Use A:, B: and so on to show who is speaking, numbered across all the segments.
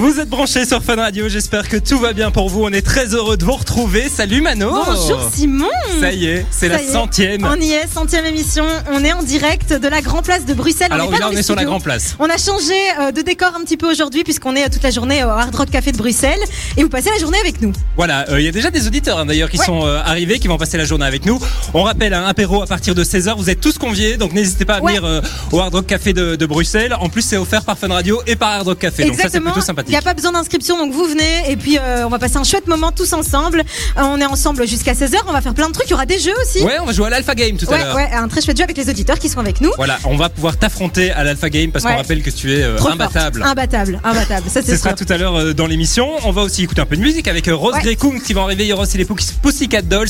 A: Vous êtes branchés sur Fun Radio, j'espère que tout va bien pour vous. On est très heureux de vous retrouver. Salut Mano
B: Bonjour
A: Oh.
B: Simon
A: Ça y est, c'est
B: Ça
A: la
B: y est.
A: centième.
B: On y est, centième émission. On est en direct de la Grand Place de Bruxelles.
A: Alors
B: on est pas
A: là,
B: dans
A: on
B: les
A: est sur la
B: studios.
A: grande place.
B: On a changé euh, de décor un petit peu aujourd'hui puisqu'on est euh, toute la journée au Hard Rock Café de Bruxelles et vous passez la journée avec nous.
A: Voilà, euh, il y a déjà des auditeurs hein, d'ailleurs qui
B: Ouais.
A: sont euh, arrivés, qui vont passer la journée avec nous. On rappelle un apéro à partir de 16h, vous êtes tous conviés, donc n'hésitez pas à
B: Ouais.
A: venir euh, au Hard Rock Café de, de Bruxelles. En plus, c'est offert par Fun Radio et par Hard Rock Café, donc ça c'est
B: Exactement.
A: plutôt
B: Il n'y
A: sympathique.
B: a pas besoin d'inscription donc vous venez et puis euh, on va passer un chouette moment tous ensemble. Euh, on est ensemble jusqu'à 16h. On va faire plein de trucs. Il y aura des jeux aussi.
A: Ouais, on va jouer à l'Alpha Game tout à
B: ouais,
A: l'heure.
B: ouais, un très chouette jeu avec les auditeurs qui sont avec nous.
A: Voilà, on va pouvoir t'affronter à l'Alpha Game parce qu'on
B: Ouais.
A: rappelle que tu es euh,
B: Trop forte.
A: imbattable.
B: Imbattable, imbattable. Ça
A: Ce
B: c'est
A: sera
B: sûr.
A: tout à l'heure euh, dans l'émission. On va aussi écouter un peu de musique avec euh, Rose
B: Ouais.
A: Dekung qui va en réveiller Ross et les Pouks- Pussycat Dolls.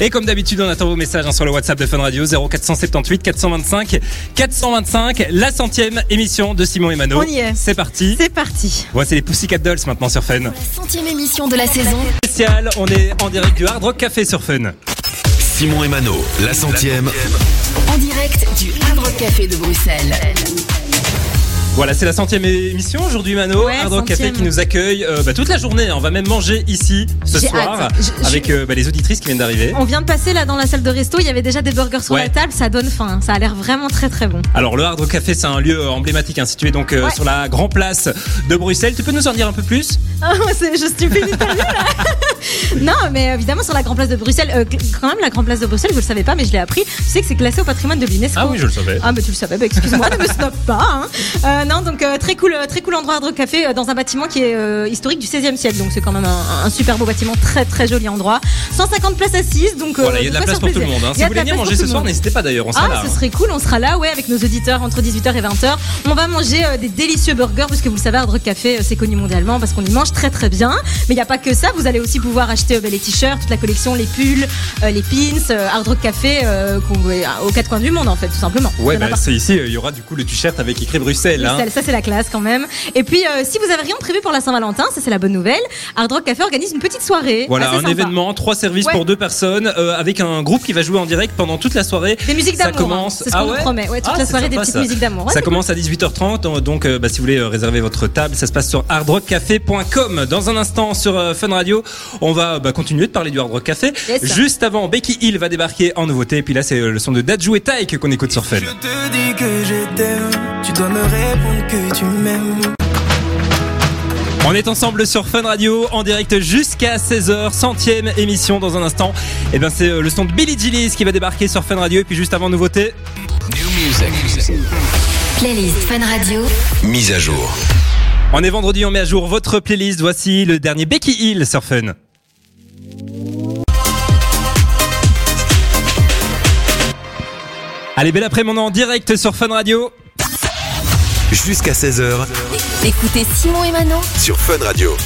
A: Et comme d'habitude, on attend vos messages hein, sur le WhatsApp de Fun Radio 0478 425 425. La centième émission de Simon et Mano.
B: On y est.
A: C'est parti.
B: C'est parti.
A: Voici les Pussycat Dolls maintenant sur Fun.
C: La centième émission de la saison.
A: Spécial, on est en direct du Hard Rock Café sur Fun.
D: Simon et Mano, la centième.
C: En direct du Havre Café de Bruxelles.
A: Voilà, c'est la centième é- émission aujourd'hui, Mano.
B: Ouais,
A: Hard Rock Café
B: centième.
A: qui nous accueille euh, bah, toute la journée. On va même manger ici ce
B: J'ai
A: soir
B: hâte. Je- je-
A: avec euh, bah, les auditrices qui viennent d'arriver.
B: On vient de passer là dans la salle de resto, il y avait déjà des burgers sur
A: Ouais.
B: la table, ça donne faim, hein. ça a l'air vraiment très très bon.
A: Alors le Hard Rock Café, c'est un lieu euh, emblématique hein, situé donc euh,
B: Ouais.
A: sur la Grand Place de Bruxelles. Tu peux nous en dire un peu plus
B: Ah, c'est- je suis une interview là Non, mais euh, évidemment sur la Grand Place de Bruxelles, euh, cl- quand même la Grand Place de Bruxelles, je le savais pas, mais je l'ai appris, tu sais que c'est classé au patrimoine de l'UNESCO.
A: le savais.
B: Ah mais tu le savais, bah, excuse-moi, ne me snob pas. hein. Euh, non, donc euh, très cool, euh, très cool endroit Hard Rock Café euh, dans un bâtiment qui est euh, historique du 16e siècle, donc c'est quand même un, un super beau bâtiment, très très joli endroit. 150 places assises, donc euh,
A: Voilà, il y a de la
B: quoi
A: place
B: se
A: pour tout le
B: plaisir.
A: monde. hein.
B: Il
A: Si
B: y a
A: vous
B: de la
A: voulez venir
B: place pour
A: manger
B: tout
A: ce
B: le
A: soir,
B: monde.
A: n'hésitez pas d'ailleurs, on sera
B: Ah,
A: là.
B: ce
A: hein.
B: serait cool, on sera là, ouais, avec nos auditeurs entre 18h et 20h. On va manger euh, des délicieux burgers, parce que vous le savez, Hard Rock Café, euh, c'est connu mondialement parce qu'on y mange très très bien. Mais il n'y a pas que ça, vous allez aussi pouvoir acheter euh, ben, les t-shirts, toute la collection, les pulls, euh, les pins, euh, Hard Rock Café, euh, qu'on voit, euh, aux quatre coins du monde en fait, tout simplement.
A: Ouais,
B: Ça va
A: bah,
B: partout.
A: c'est ici, euh, il y aura du coup le t-shirt avec écrit Bruxelles. hein.
B: Bruxelles, ça c'est la classe quand même. Et puis euh, si vous avez rien prévu pour la Saint-Valentin, ça c'est la bonne nouvelle, Hard Rock Café organise une petite soirée.
A: Voilà,
B: assez
A: un
B: Ah, sympa.
A: événement, trois services
B: Ouais.
A: pour deux personnes, euh, avec un groupe qui va jouer en direct pendant toute la soirée.
B: Des musiques
A: Ça
B: d'amour.
A: commence-
B: hein. C'est ce
A: Ah
B: qu'on nous
A: ouais
B: promet. Ouais, toute
A: Ah,
B: la
A: c'est
B: soirée des
A: sympa,
B: petites
A: ça.
B: musiques d'amour. Ouais,
A: Ça commence à 18h30, euh, donc euh, bah, si vous voulez euh, réserver votre table, ça se passe sur hardrockcafé.com. Dans un instant sur euh, Fun Radio, on va euh, bah, continuer de parler du Hard Rock Café.
B: Yes.
A: Juste avant, Becky Hill va débarquer en nouveauté, et puis là c'est euh, le son de Dadju et Taïk qu'on écoute sur Fun.
E: Je te dis que je t'aime, tu dois me répondre que tu m'aimes.
A: On est ensemble sur Fun Radio en direct jusqu'à 16h, centième émission dans un instant. Et ben c'est euh, le son de Billy Gillis qui va débarquer sur Fun Radio, et puis juste avant nouveauté,
C: Playlist Fun Radio.
D: Mise à jour.
A: on est vendredi, on met à jour votre playlist. Voici le dernier Becky Hill sur Fun. Allez, bel après-midi, on est en direct sur Fun Radio.
D: Jusqu'à 16h
C: Écoutez Simon et Manon
D: sur Fun Radio.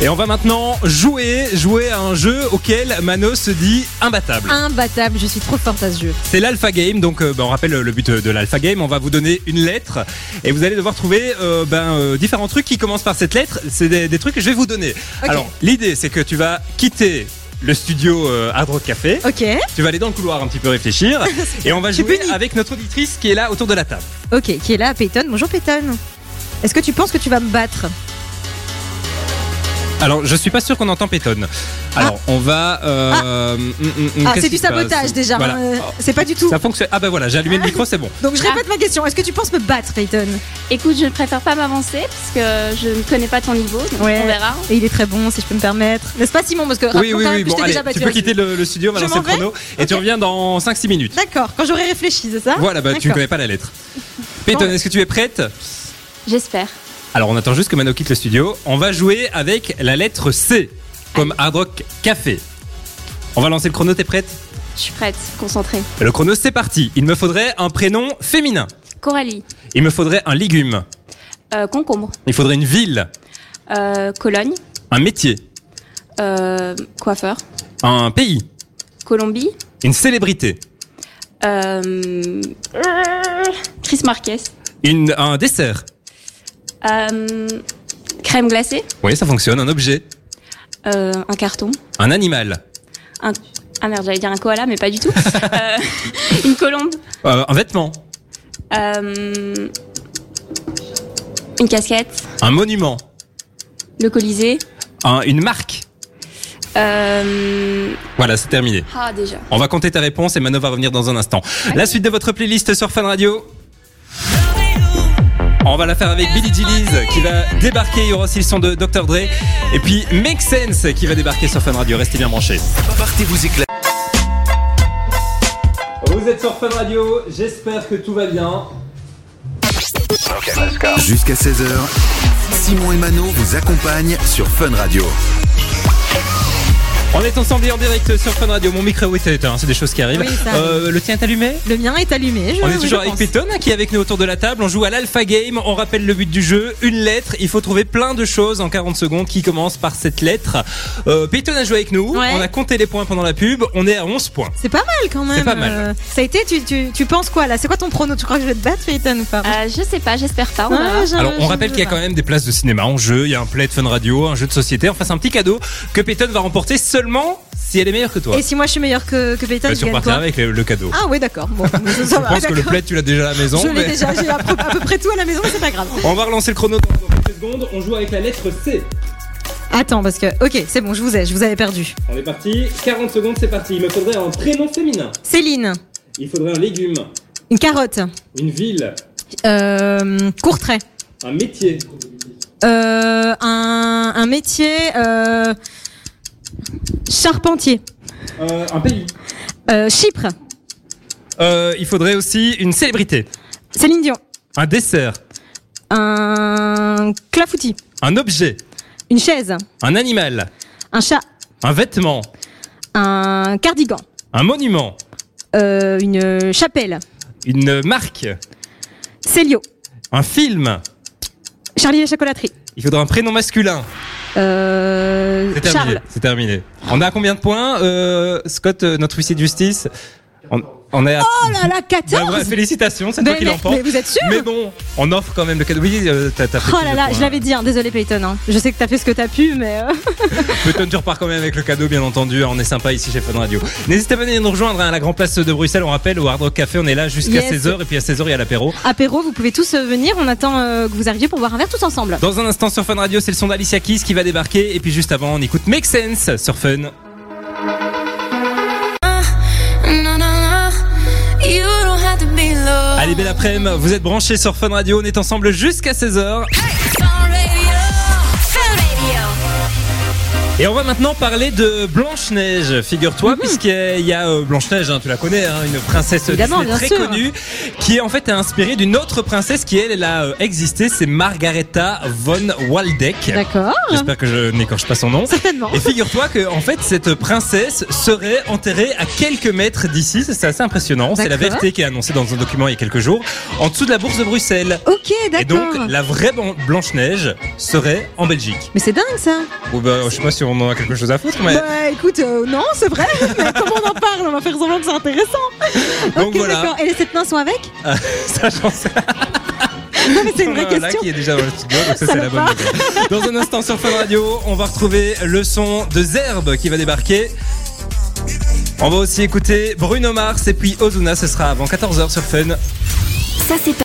A: Et on va maintenant jouer, jouer à un jeu auquel Mano se dit imbattable.
B: Imbattable, je suis trop forte à ce jeu.
A: C'est l'Alpha Game, donc euh, bah, on rappelle euh, le but euh, de l'Alpha Game. On va vous donner une lettre et vous allez devoir trouver euh, ben, euh, différents trucs qui commencent par cette lettre. C'est des, des trucs que je vais vous donner.
B: Ok.
A: Alors, l'idée, c'est que tu vas quitter le studio euh, Hard Rock Café.
B: Ok,
A: Tu vas aller dans le couloir un petit peu réfléchir et on va
B: suis
A: jouer
B: punie.
A: avec notre auditrice qui est là autour de la table.
B: ok, qui est là, Peyton. Bonjour Peyton. Est-ce que tu penses que tu vas me battre
A: Alors, je suis pas sûr qu'on entend Pétonne. Alors, on va. euh, hum, hum, hum,
B: Ah,
A: qu'est-ce
B: c'est
A: qui
B: du
A: se passe
B: sabotage déjà.
A: Voilà. Ah,
B: hein, euh, C'est pas du tout.
A: Ça fonctionne. Ah bah voilà, j'ai allumé le micro, c'est bon.
B: Donc
F: Ah.
B: je répète ma question. Est-ce que tu penses me battre, Peyton
F: Écoute, je préfère pas m'avancer parce que je ne connais pas ton niveau, donc
B: Ouais.
F: on verra.
B: Et il est très bon, si je peux me permettre. N'est-ce pas Simon Parce que rappelons
A: Oui, oui,
B: quand même
A: oui.
B: que
A: Bon,
B: je t'ai
A: allez,
B: déjà battu.
A: tu peux quitter le, le studio, on va
B: Je
A: lancer le
B: m'en vais
A: chrono et tu
B: Ok.
A: reviens dans 5-6 minutes.
B: D'accord. Quand j'aurai réfléchi, c'est ça
A: Voilà, bah, tu ne
B: D'accord.
A: connais pas la lettre. Peyton,
B: Bon.
A: est-ce que tu es prête
F: J'espère.
A: Alors, on attend juste que Mano quitte le studio. On va jouer avec la lettre C, comme Hard Rock Café. On va lancer le chrono, t'es prête
F: Je suis prête, concentrée.
A: Le chrono, c'est parti. Il me faudrait un prénom féminin.
F: Coralie,
A: Il me faudrait un légume.
F: euh, concombre,
A: Il faudrait une ville,
F: euh, Cologne,
A: un métier,
F: euh, coiffeur,
A: un pays,
F: Colombie,
A: une célébrité,
F: euh, Chris Marquez,
A: une, un dessert.
F: euh, crème glacée,
A: Oui, ça fonctionne. Un objet,
F: euh, un carton,
A: un animal,
F: un... Ah merde, j'allais dire un koala, mais pas du tout. Euh, une colombe,
A: euh, un vêtement,
F: euh, Une casquette,
A: Un monument,
F: le Colisée.
A: un- une marque.
F: Euh...
A: Voilà, c'est terminé.
F: Ah déjà.
A: On va compter ta réponse et Manon va revenir dans un instant. La suite de votre playlist sur Fun Radio. On va la faire avec Billy Gillies qui va débarquer. Il y aura aussi le son de Dr. Dre. Et puis Make Sense qui va débarquer sur Fun Radio. Restez bien branchés.
D: Partez vous éclater.
A: Vous êtes sur Fun Radio. J'espère que tout va bien.
D: Jusqu'à 16h, Simon et Mano vous accompagnent sur Fun Radio.
A: On est ensemble et en direct sur Fun Radio. Mon micro est éteint. C'est des choses qui arrivent.
B: Oui, ça arrive.
A: Euh, le tien est allumé
B: Le mien est allumé. Je,
A: On est
B: oui, je
A: toujours avec
B: pense.
A: Peyton hein, qui est avec nous autour de la table. On joue à l'Alpha Game. On rappelle le but du jeu. Une lettre. Il faut trouver plein de choses en 40 secondes qui commencent par cette lettre. Euh, Peyton a joué avec nous.
B: Ouais.
A: On a compté les points pendant la pub. On est à 11 points.
B: C'est pas mal quand même.
A: C'est pas mal.
B: euh, ça a été. Tu, tu, tu penses quoi là C'est quoi ton prono Tu crois que je vais te battre, Peyton ou pas
F: Euh, je sais pas, j'espère pas. on verra.
B: Ah, j'ai-
A: Alors,
B: j'ai-
A: on rappelle qu'il y a
B: j'ai-
A: quand même des places de cinéma en jeu. Il y a un play de Fun Radio, un jeu de société. Enfin, c'est un petit cadeau que Peyton va remporter seulement si elle est meilleure que toi.
B: Et si moi je suis meilleur que, que Peyton,
A: Bah,
B: je
A: tu
B: gagne
A: repartiras
B: quoi
A: avec le, le cadeau.
B: Ah oui, d'accord. Bon, ça, ça
A: Je
B: va,
A: pense que le
B: d'accord.
A: plaid, tu l'as déjà à la maison.
B: Je l'ai
A: mais-
B: déjà, j'ai à, peu- à peu près tout à la maison, mais c'est pas grave.
A: On va relancer le chrono dans dans quelques secondes. On joue avec la lettre C.
B: Attends, parce que. Ok, c'est bon, je vous ai, je vous avais perdu.
A: On est parti. 40 secondes, c'est parti. Il me faudrait un prénom féminin.
B: Céline,
A: Il faudrait un légume,
B: une carotte,
A: une ville,
B: euh, court trait,
A: un métier,
B: euh, un, un métier, euh, charpentier,
A: euh, un pays.
B: euh, Chypre,
A: Euh, il faudrait aussi une célébrité,
B: Céline Dion,
A: un dessert,
B: un clafoutis,
A: un objet,
B: une chaise,
A: un animal,
B: un chat,
A: un vêtement,
B: un cardigan,
A: un monument,
B: euh, une chapelle,
A: une marque,
B: Célio,
A: un film.
B: Charlie la chocolaterie,
A: Il faudrait un prénom masculin.
B: euh,
A: C'est terminé.
B: Charles,
A: C'est terminé. On a combien de points, euh, Scott, euh, notre huissier de justice on, on est à...
B: Oh là là, 14
A: Bah, bref, félicitations, c'est toi
B: mais,
A: qui
B: mais-
A: l'emporte.
B: mais vous êtes sûr
A: Mais bon, on offre quand même le cadeau. Oui, euh, t'as t'as fait
B: Oh
A: plus
B: là
A: de
B: là,
A: points.
B: je l'avais dit, hein. désolé Peyton. hein. Je sais que t'as fait ce que t'as pu, mais. euh,
A: Peut-être tu repars quand même avec le cadeau, bien entendu. On est sympa ici chez Fun Radio. N'hésitez pas à venir nous rejoindre hein, à la Grand Place de Bruxelles. On rappelle au Hard Rock Café, on est là jusqu'à
B: Yes.
A: 16h et puis à 16h il y a l'apéro.
B: Apéro, vous pouvez tous euh, venir, on attend euh, que vous arriviez pour boire un verre tous ensemble.
A: Dans un instant sur Fun Radio, c'est le son d'Alicia Keys qui va débarquer. Et puis juste avant, on écoute Make Sense sur Fun. Allez, belle après-midi. Vous êtes branchés sur Fun Radio. On est ensemble jusqu'à 16h. Et on va maintenant parler de Blanche-Neige, figure-toi,
B: Mhm.
A: puisqu'il y a euh, Blanche-Neige, hein, tu la connais, hein, une princesse
B: Évidemment,
A: Disney
B: bien
A: très
B: sûr.
A: connue, qui est en fait inspirée d'une autre princesse qui, elle, elle a euh, existé, c'est Margareta von Waldeck.
B: D'accord,
A: J'espère que je n'écorche pas son nom.
B: certainement.
A: Et figure-toi que en fait cette princesse serait enterrée à quelques mètres d'ici, Ça, c'est assez impressionnant. C'est la
B: D'accord.
A: vérité qui est annoncée dans un document il y a quelques jours, en dessous de la bourse de Bruxelles.
B: Ok,
A: Et donc
B: d'accord.
A: la vraie Ban- Blanche-Neige serait en Belgique.
B: Mais c'est dingue ça.
A: Ou bah, je sais pas si on en a quelque chose à foutre, mais
B: Bah écoute, euh, non, c'est vrai, mais comment on en parle On va faire semblant que c'est intéressant.
A: donc
B: ok,
A: voilà,
B: d'accord. Et les sept nains sont avec
A: ça j'en sais
B: Non, mais c'est une
A: Voilà,
B: vraie question.
A: qui est déjà dans le studio, donc ça c'est la bonne
B: Salopard.
A: nouvelle. Dans un instant sur Fun Radio, on va retrouver le son de Zerbe qui va débarquer. On va aussi écouter Bruno Mars et puis Ozuna, ce sera avant 14h sur Fun.
C: Ça, c'est pas.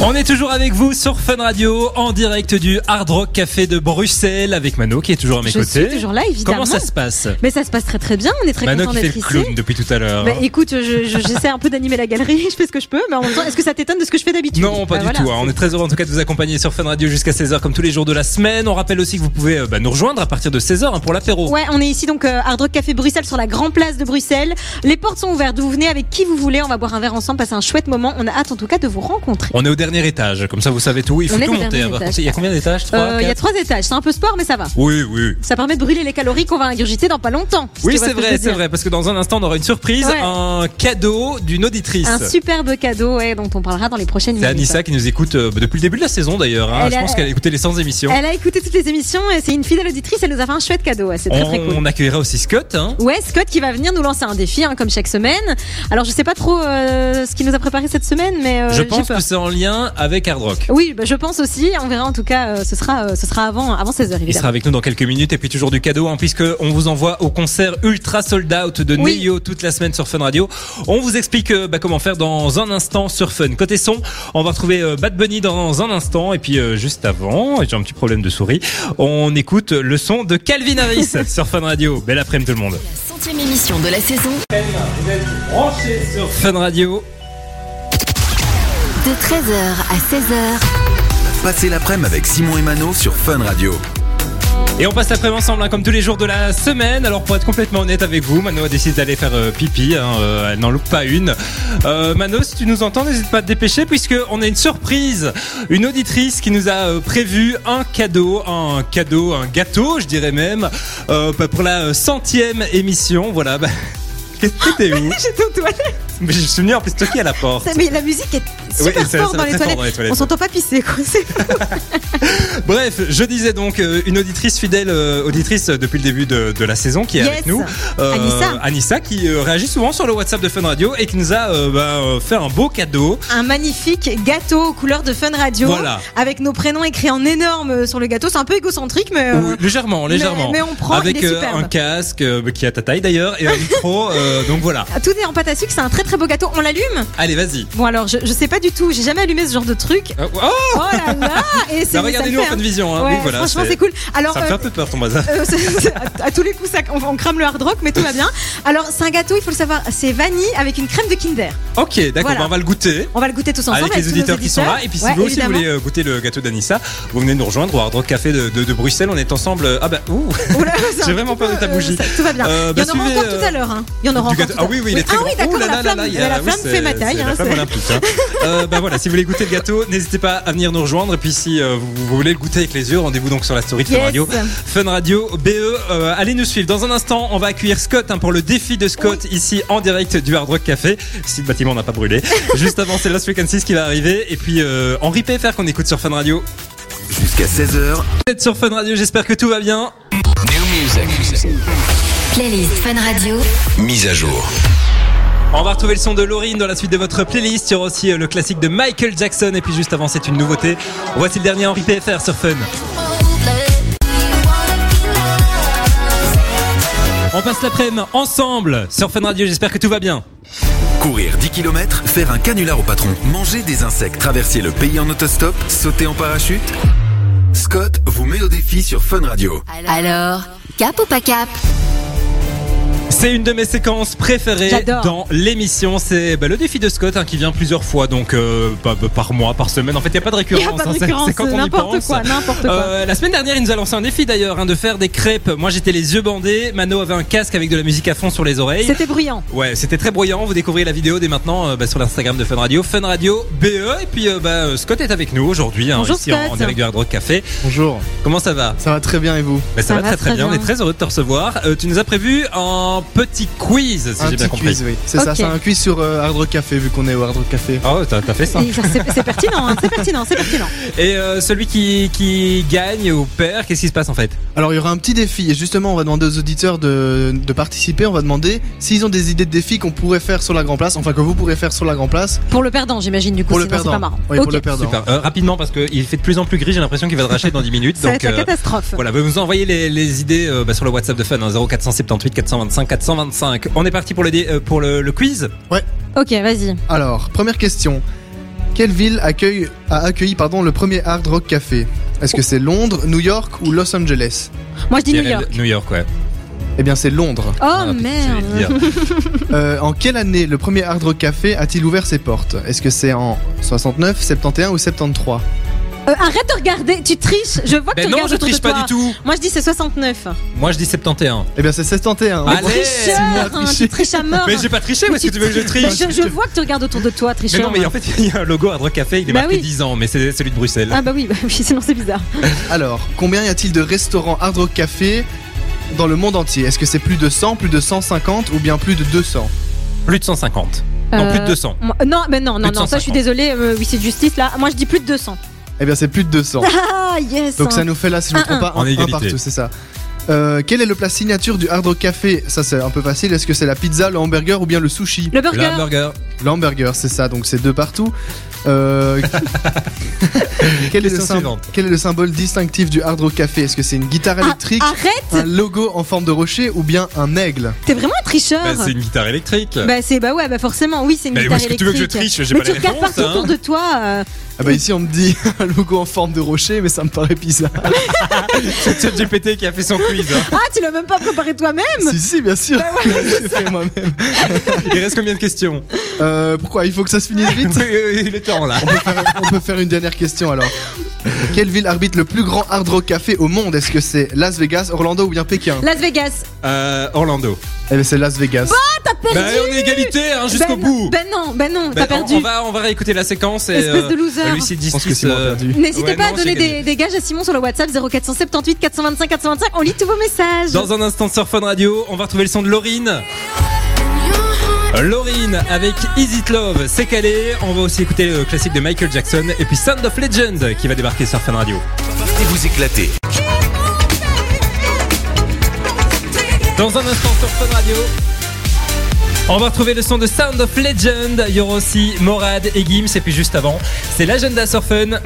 A: On est toujours avec vous sur Fun Radio, en direct du Hard Rock Café de Bruxelles, avec Mano qui est toujours à mes
B: Je
A: côtés.
B: suis toujours là, évidemment.
A: Comment ça se passe
B: Mais ça se passe très très bien, on est très
A: Mano
B: content
A: qui fait
B: d'être
A: le
B: ici.
A: clown depuis tout à l'heure.
B: Bah, écoute, je- je- j'essaie un peu d'animer la galerie, je fais ce que je peux, mais en même temps, est-ce que ça t'étonne de ce que je fais d'habitude
A: Non, pas
B: Bah,
A: du
B: voilà.
A: tout. hein. On est très heureux en tout cas de vous accompagner sur Fun Radio jusqu'à 16h comme tous les jours de la semaine. On rappelle aussi que vous pouvez euh, bah, nous rejoindre à partir de 16h hein, pour l'apéro.
B: Ouais, on est ici donc euh, Hard Rock Café Bruxelles sur la Grand Place de Bruxelles. Les portes sont ouvertes, vous venez avec qui vous voulez, on va boire un verre ensemble, passer un chouette moment. On a hâte en tout cas de vous rencontrer.
A: On est au dernier étage, comme ça vous savez tout. Il faut
B: On est
A: tout
B: au
A: monter.
B: dernier
A: hein, par
B: étage.
A: contre. Il y a combien d'étages Trois,
B: Euh, Il y a
A: quatre
B: trois étages, c'est un peu sport mais ça va.
A: Oui, oui.
B: Ça permet de brûler les calories qu'on va ingurgiter dans pas longtemps. si
A: Oui,
B: tu vois
A: c'est
B: ce que je
A: vrai,
B: veux
A: c'est
B: dire.
A: vrai, parce que dans un instant on aura une surprise,
B: Ouais.
A: un cadeau d'une auditrice.
B: Un superbe cadeau ouais, dont on parlera dans les prochaines
A: C'est
B: minutes. hein.
A: Anissa qui nous écoute euh, depuis le début de la saison d'ailleurs. hein.
B: Elle
A: Je
B: a-
A: pense qu'elle a écouté les 100 émissions.
B: Elle a écouté toutes les émissions et c'est une fidèle auditrice, elle nous a fait un chouette cadeau, ouais, c'est très
A: on,
B: très cool.
A: on accueillera aussi Scott. hein.
B: Ouais, Scott qui va venir nous lancer un défi hein, comme chaque semaine. Alors je sais pas trop euh, ce qu'il nous a préparé cette semaine, mais euh,
A: Je
B: j'ai
A: pense
B: peur.
A: que c'est en lien lien avec Hard Rock.
B: Oui, bah, je pense aussi. On verra en tout cas. euh, ce sera, euh, ce sera avant, avant 16 h
A: Il
B: évidemment.
A: sera avec nous dans quelques minutes et puis toujours du cadeau hein, puisque on vous envoie au concert Ultra Sold Out de
B: Oui.
A: Neo toute la semaine sur Fun Radio. On vous explique euh, bah, comment faire dans un instant sur Fun. Côté son, on va retrouver euh, Bad Bunny dans un instant et puis euh, juste avant, j'ai un petit problème de souris, on écoute le son de Calvin Harris sur Fun Radio. Belle après-midi tout le monde.
C: La centième émission de la saison,
A: Sur Fun Radio,
C: de 13h à 16h,
D: Passez l'après-midi avec Simon et Mano sur Fun Radio.
A: Et on passe l'après-midi ensemble, hein, comme tous les jours de la semaine. Alors pour être complètement honnête avec vous, Mano a décidé d'aller faire euh, pipi. hein, euh, elle n'en loupe pas une. Euh, Mano, si tu nous entends, n'hésite pas à te dépêcher puisque on a une surprise. Une auditrice qui nous a euh, prévu un cadeau, un cadeau, un gâteau, je dirais même, euh, bah, pour la euh, centième émission. Voilà. bah, Qu'est-ce que t'es où
B: J'étais aux toilettes.
A: Mais Je suis venu en plus toquer à la porte.
B: Ça, Mais la musique est
A: Oui,
B: super
A: ça- ça
B: forte
A: va
B: dans,
A: très fort
B: les toilettes.
A: dans les toilettes.
B: On s'entend pas pisser, quoi. C'est-
A: Bref, je disais donc euh, une auditrice fidèle, euh, auditrice euh, depuis le début de, de la saison qui est
B: Yes.
A: avec nous, Euh,
B: Anissa.
A: Anissa, qui euh, réagit souvent sur le WhatsApp de Fun Radio et qui nous a euh, bah, euh, fait un beau cadeau.
B: Un magnifique gâteau aux couleurs de Fun Radio.
A: Voilà.
B: Avec nos prénoms écrits en énorme euh, sur le gâteau. C'est un peu égocentrique, mais. euh,
A: Ou- légèrement, légèrement.
B: mais on prend, il
A: avec
B: est
A: euh,
B: superbe.
A: un casque euh, qui a ta taille d'ailleurs et un micro. euh, donc voilà.
B: Ah, Tout est en pâte à sucre, c'est un très très beau gâteau. On l'allume
A: Allez, vas-y.
B: Bon alors, je, je sais pas du tout, j'ai jamais allumé ce genre de truc.
A: Oh, oh
B: Oh là là Et
A: Bah,
B: c'est ça
A: Regardez-nous
B: le
A: en
B: fait,
A: fin de
B: hein.
A: vision. hein.
B: Ouais,
A: oui, voilà.
B: franchement,
A: c'est-
B: c'est cool. Alors,
A: Ça me fait un peu peur ton bazar.
B: euh, c'est- c'est- à, à tous les coups, ça, on, on crame le hard rock, mais tout va bien. Alors, c'est un gâteau, il faut le savoir, c'est vanille avec une crème de Kinder.
A: Ok, d'accord,
B: voilà.
A: bah, on va le goûter.
B: On va le goûter tous ensemble.
A: Avec les
B: tous nos
A: auditeurs qui sont là. Et puis si
B: Ouais,
A: vous aussi
B: évidemment.
A: voulez euh, goûter le gâteau d'Anissa, vous venez nous rejoindre au Hard Rock Café de, de- de Bruxelles. On est ensemble. euh, Ah bah, ouh
B: Oula, c'est un
A: J'ai vraiment
B: petit
A: peur de
B: peu,
A: ta bougie.
B: euh, ça- tout va bien.
A: Euh, bah,
B: il y en aura
A: suivez,
B: encore tout à
A: euh,
B: l'heure. hein. Il y en aura
A: du
B: encore.
A: gâteau-
B: tout à
A: Ah oui, oui, il est
B: l'heure.
A: très
B: Ah oui,
A: grand. Ouh
B: d'accord,
A: là
B: la
A: là là
B: flamme,
A: là, il y a-
B: la
A: oui,
B: flamme
A: c'est-
B: fait ma taille.
A: c'est
B: hein,
A: La flamme
B: c'est-
A: olympique. hein. Euh, bah voilà, si vous voulez goûter le gâteau, n'hésitez pas à venir nous rejoindre. Et puis si euh, vous, vous voulez le goûter avec les yeux, rendez-vous donc sur la story de Fun
B: Yes.
A: Radio. Fun Radio BE, euh, allez nous suivre. Dans un instant, on va accueillir Scott hein, pour le défi de Scott ici en direct du Hard Rock Café. Si le bâtiment n'a pas brûlé. Juste avant, c'est Lost Frequencies qui va arriver. Et puis euh, Henri PFR qu'on écoute sur Fun Radio.
D: Jusqu'à 16h,
A: Vous êtes sur Fun Radio, j'espère que tout va bien.
C: playlist Fun Radio,
G: Mise à jour.
A: On va retrouver le son de Laurine dans la suite de votre playlist. Il y aura aussi euh, le classique de Michael Jackson. Et puis juste avant, c'est une nouveauté. Voici le dernier Henri PFR sur Fun. On passe l'après-midi ensemble sur Fun Radio. J'espère que tout va bien.
D: courir 10 km, faire un canular au patron, manger des insectes, traverser le pays en autostop, sauter en parachute. Scott vous met au défi sur Fun Radio.
C: alors, cap ou pas cap
A: C'est une de mes séquences préférées
B: J'adore.
A: dans l'émission. C'est bah, le défi de Scott hein, qui vient plusieurs fois, donc euh, bah, bah, par mois, par semaine. En fait, il n'y a pas de
B: Il
A: récurrence.
B: n'y a pas
A: hein,
B: de
A: c'est-
B: récurrence,
A: c'est quand on y
B: n'importe
A: pense.
B: quoi, n'importe quoi.
A: Euh, la semaine dernière, il nous a lancé un défi d'ailleurs hein, de faire des crêpes. Moi, j'étais les yeux bandés. Mano avait un casque avec de la musique à fond sur les oreilles.
B: C'était bruyant.
A: Ouais, c'était très bruyant. Vous découvrez la vidéo dès maintenant euh, bah, sur l'Instagram de Fun Radio, Fun Radio BE. Et puis euh, bah, euh, Scott est avec nous aujourd'hui, hein,
B: Bonjour,
A: ici en,
B: Scott.
A: en direct du Hard Rock Café.
H: Bonjour,
A: Comment ça va
H: ça va très bien et vous
A: Bah, ça, va, très très bien. On est très heureux de te recevoir. Euh, tu nous as prévu un petit quiz, si
H: Un
A: j'ai bien
H: petit
A: compris.
H: quiz, oui. C'est
B: Ok.
H: ça, c'est un quiz sur euh, Hard Rock Café vu qu'on est au Hard Rock Café.
A: Oh, t'as t'as fait ça.
B: Et ça, C'est c'est pertinent, hein, c'est pertinent, c'est pertinent.
A: Et euh, celui qui, qui gagne ou perd, qu'est-ce qui se passe en fait
H: Alors il y aura un petit défi et justement on va demander aux auditeurs de, de participer, on va demander s'ils ont des idées de défis qu'on pourrait faire sur la Grand Place, enfin que vous pourrez faire sur la Grand Place
B: Pour le perdant, j'imagine, du coup,
H: pour le
B: sinon c'est
H: perdant.
B: pas marrant.
H: Oui,
B: Ok.
H: pour le perdant.
A: Super. Euh, rapidement parce qu'il fait de plus en plus gris, j'ai l'impression qu'il va le racheter dans 10 minutes.
B: Ça va
A: donc
B: être la
A: euh,
B: catastrophe.
A: voilà, vous nous envoyez les, les idées euh, bah, sur le WhatsApp de Fun hein, 0478 425 425. On est parti pour le, dé- euh, pour le, le quiz.
B: Ok, vas-y.
H: Alors, première question. Quelle ville accueille, a accueilli pardon, le premier Hard Rock Café Est-ce que c'est Londres, New York ou Los Angeles
B: Moi, je dis New
A: IRL,
B: York.
A: New York, ouais.
H: Eh bien c'est Londres.
B: Oh
A: Ah, putain, j'allais
B: merde.
A: le dire.
H: Euh, en quelle année le premier Hard Rock Café a-t-il ouvert ses portes Est-ce que c'est en 69, 71 ou 73
B: Euh, arrête de regarder, tu triches. Je vois que
A: Ben
B: tu
A: non,
B: regardes
A: je
B: autour de
A: triche pas
B: toi. Oh.
A: du tout.
B: Moi, je dis c'est 69.
A: Moi, je dis 71.
H: Eh bien c'est 71.
A: Allez
B: Tricheur,
H: moi,
B: hein,
H: triché.
B: tu triches à mort.
A: Mais j'ai pas triché, parce que tu veux que je
B: Mais
A: triche
B: Bah, je, je vois que tu regardes autour de toi,
A: Mais
B: tricheur.
A: non, mais en fait, il y a un logo à Drogue Café, il est
B: Bah
A: marqué
B: oui.
A: 10 ans, mais c'est celui de Bruxelles.
B: Ah bah oui, bah oui, sinon c'est bizarre.
H: Alors, combien y a-t-il de restaurants Hard Rock Café dans le monde entier Est-ce que c'est plus de 100, plus de 150 ou bien plus de 200
A: Plus de 150. Non,
B: Euh,
A: plus de 200.
B: Moi- Non, mais non, non,
A: Plus de
B: non, ça je suis
A: 150.
B: désolée, euh, oui c'est de justice là. Moi je dis plus de 200.
H: Eh bien c'est plus de 200.
B: Ah yes
H: Donc ça nous fait là, si je ne me trompe pas,
A: En
H: un, un
A: égalité.
H: partout, c'est ça. Euh, quel est le plat signature du Hard Rock Café Ça, c'est un peu facile. Est-ce que c'est la pizza, le hamburger ou bien le sushi
B: Le Euh, burger.
A: hamburger.
H: Le hamburger, c'est ça. Donc, c'est deux partout. Euh, quel, est le
A: Question
H: sym-
A: suivante.
H: quel est le symbole distinctif du Hard Rock Café Est-ce que c'est une guitare
B: Ah,
H: électrique,
B: arrête
H: un logo en forme de rocher ou bien un aigle
B: T'es vraiment un tricheur
A: Bah, c'est une guitare électrique.
B: Ah. Bah c'est bah ouais bah forcément oui c'est une
A: Mais où
B: guitare
A: est-ce que tu veux que je
B: électrique.
A: triche J'ai
B: Mais
A: pas
B: tu
A: les
B: regardes
A: réponses,
B: partout
A: hein.
B: autour de toi. euh,
H: Ah bah ici on me dit un logo en forme de rocher, mais ça me paraît bizarre.
A: C'est ChatGPT qui a fait son quiz. hein.
B: Ah tu l'as même pas préparé toi-même.
H: si si, bien sûr. J'ai fait moi-même.
A: Il reste combien de questions
H: Euh, pourquoi Il faut que ça se finisse
A: Oui,
H: vite.
A: oui, Il est temps là.
H: On peut faire- On peut faire une dernière question alors. Quelle ville arbitre le plus grand hard rock café au monde Est-ce que c'est Las Vegas, Orlando ou bien Pékin
B: Las Vegas.
A: Euh, Orlando.
H: Eh ben c'est Las Vegas.
B: T'as perdu.
A: Bah, on est égalité hein, jusqu'au
B: Ben non,
A: bout.
B: Ben non ben non
A: Ben,
B: t'as
A: on-
B: perdu.
A: On va, on va réécouter la séquence et. euh,
B: Espèce de loser.
A: Lucie dit
H: Je pense que c'est moi
A: euh,
H: perdu.
B: N'hésitez
A: Ouais,
B: pas
A: non,
B: à donner
A: j'ai gagné.
B: des, des gages à Simon sur le WhatsApp 0478 425 425. On lit tous vos messages.
A: Dans un instant sur Fun Radio, on va retrouver le son de Laurine. Laurine avec Is It Love, c'est calé. On va aussi écouter le classique de Michael Jackson et puis Sound of Legend qui va débarquer sur Fun Radio.
D: Partez vous éclater.
A: Dans un instant sur Fun Radio. On va retrouver le son de Sound of Legend. Il y aura aussi Morad et Gims. Et puis juste avant, c'est l'agenda sur Fun.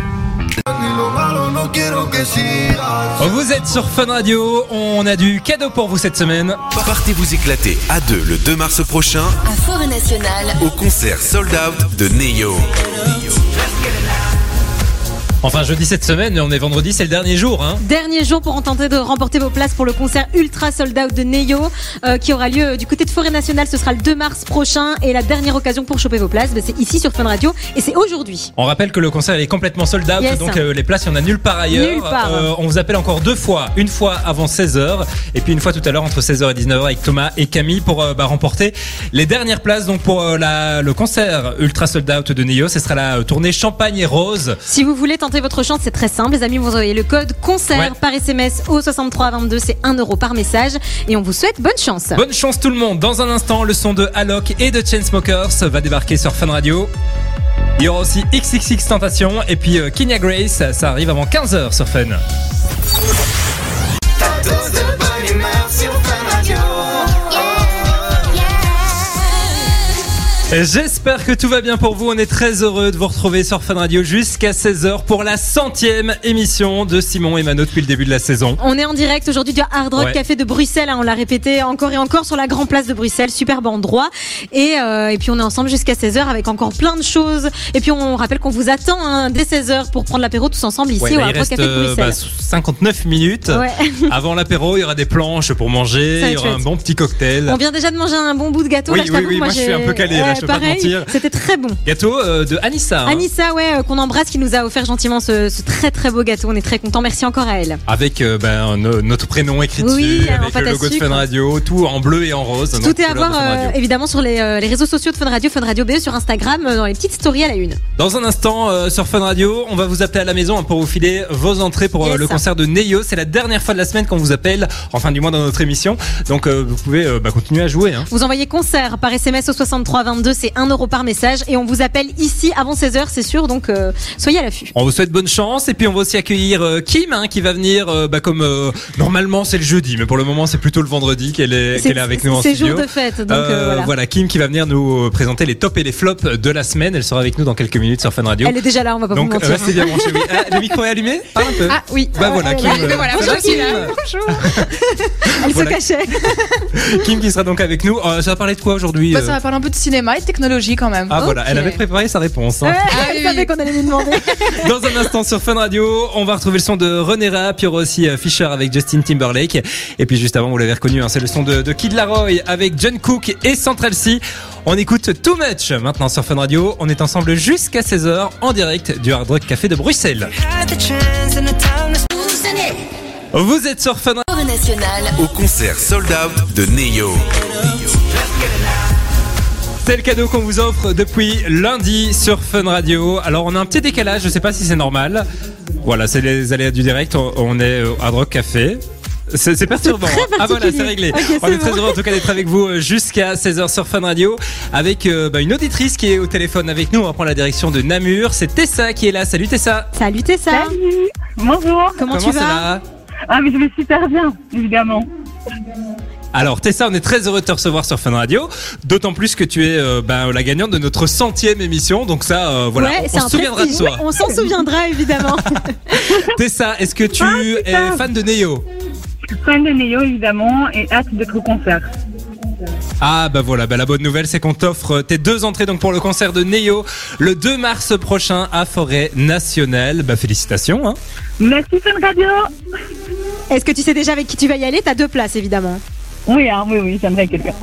A: Vous êtes sur Fun Radio. On a du cadeau pour vous cette semaine.
D: Partez vous éclater à deux le 2 mars prochain
C: À Forêt Nationale,
D: au concert Sold Out de Neo.
A: Enfin, jeudi cette semaine, mais on est vendredi, c'est le dernier jour. Hein.
B: Dernier jour pour tenter de remporter vos places pour le concert ultra sold out de Neo euh, qui aura lieu euh, du côté de Forêt Nationale. Ce sera le 2 mars prochain et la dernière occasion pour choper vos places, bah, c'est ici sur Fun Radio et c'est aujourd'hui.
A: On rappelle que le concert est complètement sold out,
B: Yes.
A: donc euh, les places, il n'y en a nulle part ailleurs. Euh,
B: Nulle part.
A: on vous appelle encore deux fois, une fois avant 16h, et puis une fois tout à l'heure entre 16h et 19h avec Thomas et Camille pour euh, bah, remporter les dernières places donc pour euh, la, le concert ultra sold out de Neo. Ce sera la euh, tournée Champagne et Rose.
B: Si vous voulez tenter votre chance, c'est très simple, les amis. Vous envoyez le code concert
A: Ouais.
B: par SMS au 6322, c'est 1 euro par message et on vous souhaite bonne chance.
A: Bonne chance tout le monde. Dans un instant, le son de Alok et de Chainsmokers va débarquer sur Fun Radio. Il y aura aussi XXX Tentation et puis euh, Kenya Grace, ça, ça arrive avant 15h sur Fun. J'espère que tout va bien pour vous. On est très heureux de vous retrouver sur Fun Radio jusqu'à 16h pour la centième émission de Simon et Mano depuis le début de la saison.
B: On est en direct aujourd'hui du Hard Rock
A: Ouais.
B: Café de Bruxelles. hein, on l'a répété encore et encore sur la Grand Place de Bruxelles. Superbe endroit. Et, euh, et puis on est ensemble jusqu'à 16h avec encore plein de choses. Et puis on rappelle qu'on vous attend hein, dès 16h pour prendre l'apéro tous ensemble ici
A: Ouais,
B: au
A: là, il
B: Hard Rock
A: reste
B: Café de
A: euh, bah,
B: Bruxelles.
A: 59 minutes.
B: Ouais.
A: Avant l'apéro, il y aura des planches pour manger,
B: Ça
A: il
B: va
A: y
B: être
A: aura un
B: chouette.
A: bon petit cocktail.
B: On vient déjà de manger un bon bout de gâteau.
A: Oui,
B: là, je
A: oui,
B: t'avoue,
A: oui, moi, je
B: j'ai-
A: suis un peu calé, là, je vais pas
B: pareil,
A: te mentir.
B: C'était très bon.
A: Gâteau euh, de Anissa. hein.
B: Anissa, ouais, euh, qu'on embrasse, qui nous a offert gentiment ce, ce très très beau gâteau. On est très contents. Merci encore à elle.
A: Avec euh, ben, no- notre prénom écrit
B: Oui,
A: dessus,
B: en
A: avec euh,
B: pâte
A: le
B: à
A: logo de
B: sucre.
A: Fun Radio, tout en bleu et en rose. donc,
B: Tout est à
A: couleur
B: voir
A: de Fun
B: euh,
A: Radio.
B: évidemment sur les, euh, les réseaux sociaux de Fun Radio, Fun Radio BE sur Instagram, euh, dans les petites stories à la une.
A: Dans un instant euh, sur Fun Radio, on va vous appeler à la maison hein, pour vous filer vos entrées pour euh,
B: Yes.
A: le concert de Neo. C'est la dernière fois de la semaine qu'on vous appelle, enfin du moins dans notre émission. Donc euh, vous pouvez euh, bah, continuer à jouer. Hein.
B: Vous envoyez concert par SMS au 6322, c'est 1 euro par message et on vous appelle ici avant 16h, c'est sûr, donc euh, soyez à l'affût.
A: On vous souhaite bonne chance et puis on va aussi accueillir euh, Kim hein, qui va venir euh, bah, comme euh, normalement c'est le jeudi, mais pour le moment c'est plutôt le vendredi qu'elle est, qu'elle est avec nous en
B: C'est
A: studio.
B: jour de fête, donc
A: Euh,
B: euh, voilà.
A: voilà. Kim qui va venir nous euh, présenter les tops et les flops de la semaine. Elle sera avec nous dans quelques minutes sur Fun Radio.
B: Elle est déjà là, on va pas
A: Donc
B: vous
A: euh,
B: mentir. hein.
A: restez bien branchés. oui. Ah, le micro est allumé Parle un peu.
G: Ah oui.
A: Bah voilà, Kim. euh,
G: Bonjour,
A: voilà,
G: Kim.
B: hein. Elle
A: voilà.
B: se cachait.
A: Kim qui sera donc avec nous. Euh, ça va parler de quoi aujourd'hui
G: Bah,
A: euh
G: ça va parler un peu de cinéma et de technologie quand même.
A: Ah voilà, elle avait préparé sa réponse. hein.
B: Elle savait qu'on allait lui demander.
A: Dans un instant sur Fun Radio, on va retrouver le son de René Rapp, il y aura aussi euh, Fisher avec Justin Timberlake. Et puis juste avant, vous l'avez reconnu, hein, c'est le son de, de Kid Laroi avec John Cook et Central C. On écoute Too Much maintenant sur Fun Radio. On est ensemble jusqu'à 16h en direct du Hard Rock Café de Bruxelles. Vous êtes sur Fun Radio.
C: Forêt Nationale,
D: Au concert Sold Out de Neo.
A: C'est le cadeau qu'on vous offre depuis lundi sur Fun Radio. Alors on a un petit décalage, je sais pas si c'est normal. Voilà, c'est les aléas du direct, on- on est euh, à Rock Café. C'est c'est perturbant. hein. Ah voilà, c'est réglé.
B: Ok,
A: on
B: c'est
A: est très
B: bon.
A: heureux en tout cas d'être avec vous euh, jusqu'à 16h sur Fun Radio avec euh, bah, une auditrice qui est au téléphone avec nous. On va prendre la direction de Namur. C'est Tessa qui est là. Salut Tessa.
B: Salut Tessa.
I: Bonjour,
B: Comment, tu
A: ça
B: vas
A: va
I: Ah, mais je vais super bien, évidemment.
A: Alors Tessa, on est très heureux de te recevoir sur Fun Radio, d'autant plus que tu es euh, ben, la gagnante de notre centième émission, donc ça, euh, voilà,
B: Ouais,
A: on,
B: c'est
A: on se
B: un
A: souviendra de
B: prestige.
A: toi.
B: On s'en souviendra évidemment.
A: Tessa, est-ce que tu es fan de Neo
I: Fan de Neo, évidemment, et hâte d'être au concert.
A: Ah bah voilà, bah la bonne nouvelle c'est qu'on t'offre euh, tes deux entrées donc pour le concert de Neo le 2 mars prochain à Forêt Nationale. Bah félicitations. Hein.
I: Merci Fun Radio
B: Est-ce que tu sais déjà avec qui tu vas y aller T'as deux places évidemment.
I: Oui, hein, oui, oui, j'aimerais quelqu'un.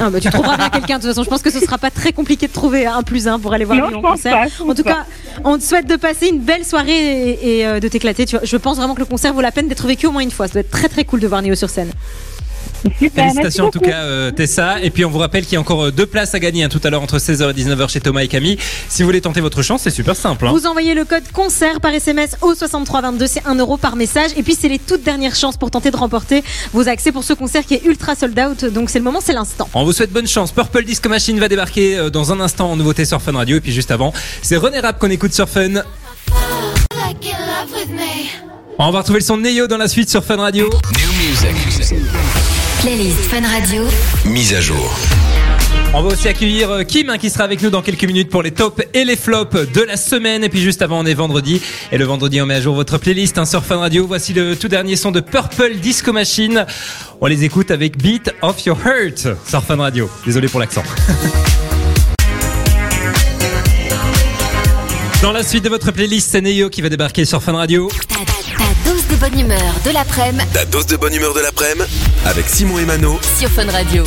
B: Ah, bah, tu trouveras bien quelqu'un de toute façon. Je pense que ce sera pas très compliqué de trouver un plus un pour aller voir
I: Non,
B: Neo
I: je
B: en
I: pense
B: concert.
I: pas, je pense
B: en tout
I: pas.
B: cas, on te souhaite de passer une belle soirée et, et, euh, de t'éclater. Tu vois, Je pense vraiment que le concert vaut la peine d'être vécu au moins une fois. Ça doit être très très cool de voir Néo sur scène.
I: Super, Bah, merci
A: Félicitations en tout
I: beaucoup.
A: cas euh, Tessa. Et puis on vous rappelle qu'il y a encore euh, deux places à gagner hein, tout à l'heure entre 16h et 19h chez Thomas et Camille. Si vous voulez tenter votre chance c'est super simple. hein.
B: Vous envoyez le code concert par SMS au 6322, c'est 1 euro par message. Et puis c'est les toutes dernières chances pour tenter de remporter vos accès pour ce concert qui est ultra sold out. Donc c'est le moment, c'est l'instant.
A: On vous souhaite bonne chance. Purple Disco Machine va débarquer euh, dans un instant en nouveauté sur Fun Radio. Et puis juste avant, c'est René Rap qu'on écoute sur Fun. On va retrouver le son de Neo dans la suite sur Fun Radio.
C: Playlist Fun Radio.
D: Mise à jour.
A: On va aussi accueillir euh, Kim hein, qui sera avec nous dans quelques minutes pour les tops et les flops de la semaine. Et puis juste avant, on est vendredi. Et le vendredi, on met à jour votre playlist hein, sur Fun Radio. Voici le tout dernier son de Purple Disco Machine. On les écoute avec Beat of Your Heart sur Fun Radio. Désolé pour l'accent. Dans la suite de votre playlist, c'est Neo qui va débarquer sur Fun Radio.
C: Ta, ta- ta dose de bonne humeur de l'après-midi
D: Ta dose de bonne humeur de l'après-midi avec Simon et Mano
C: sur Fun Radio.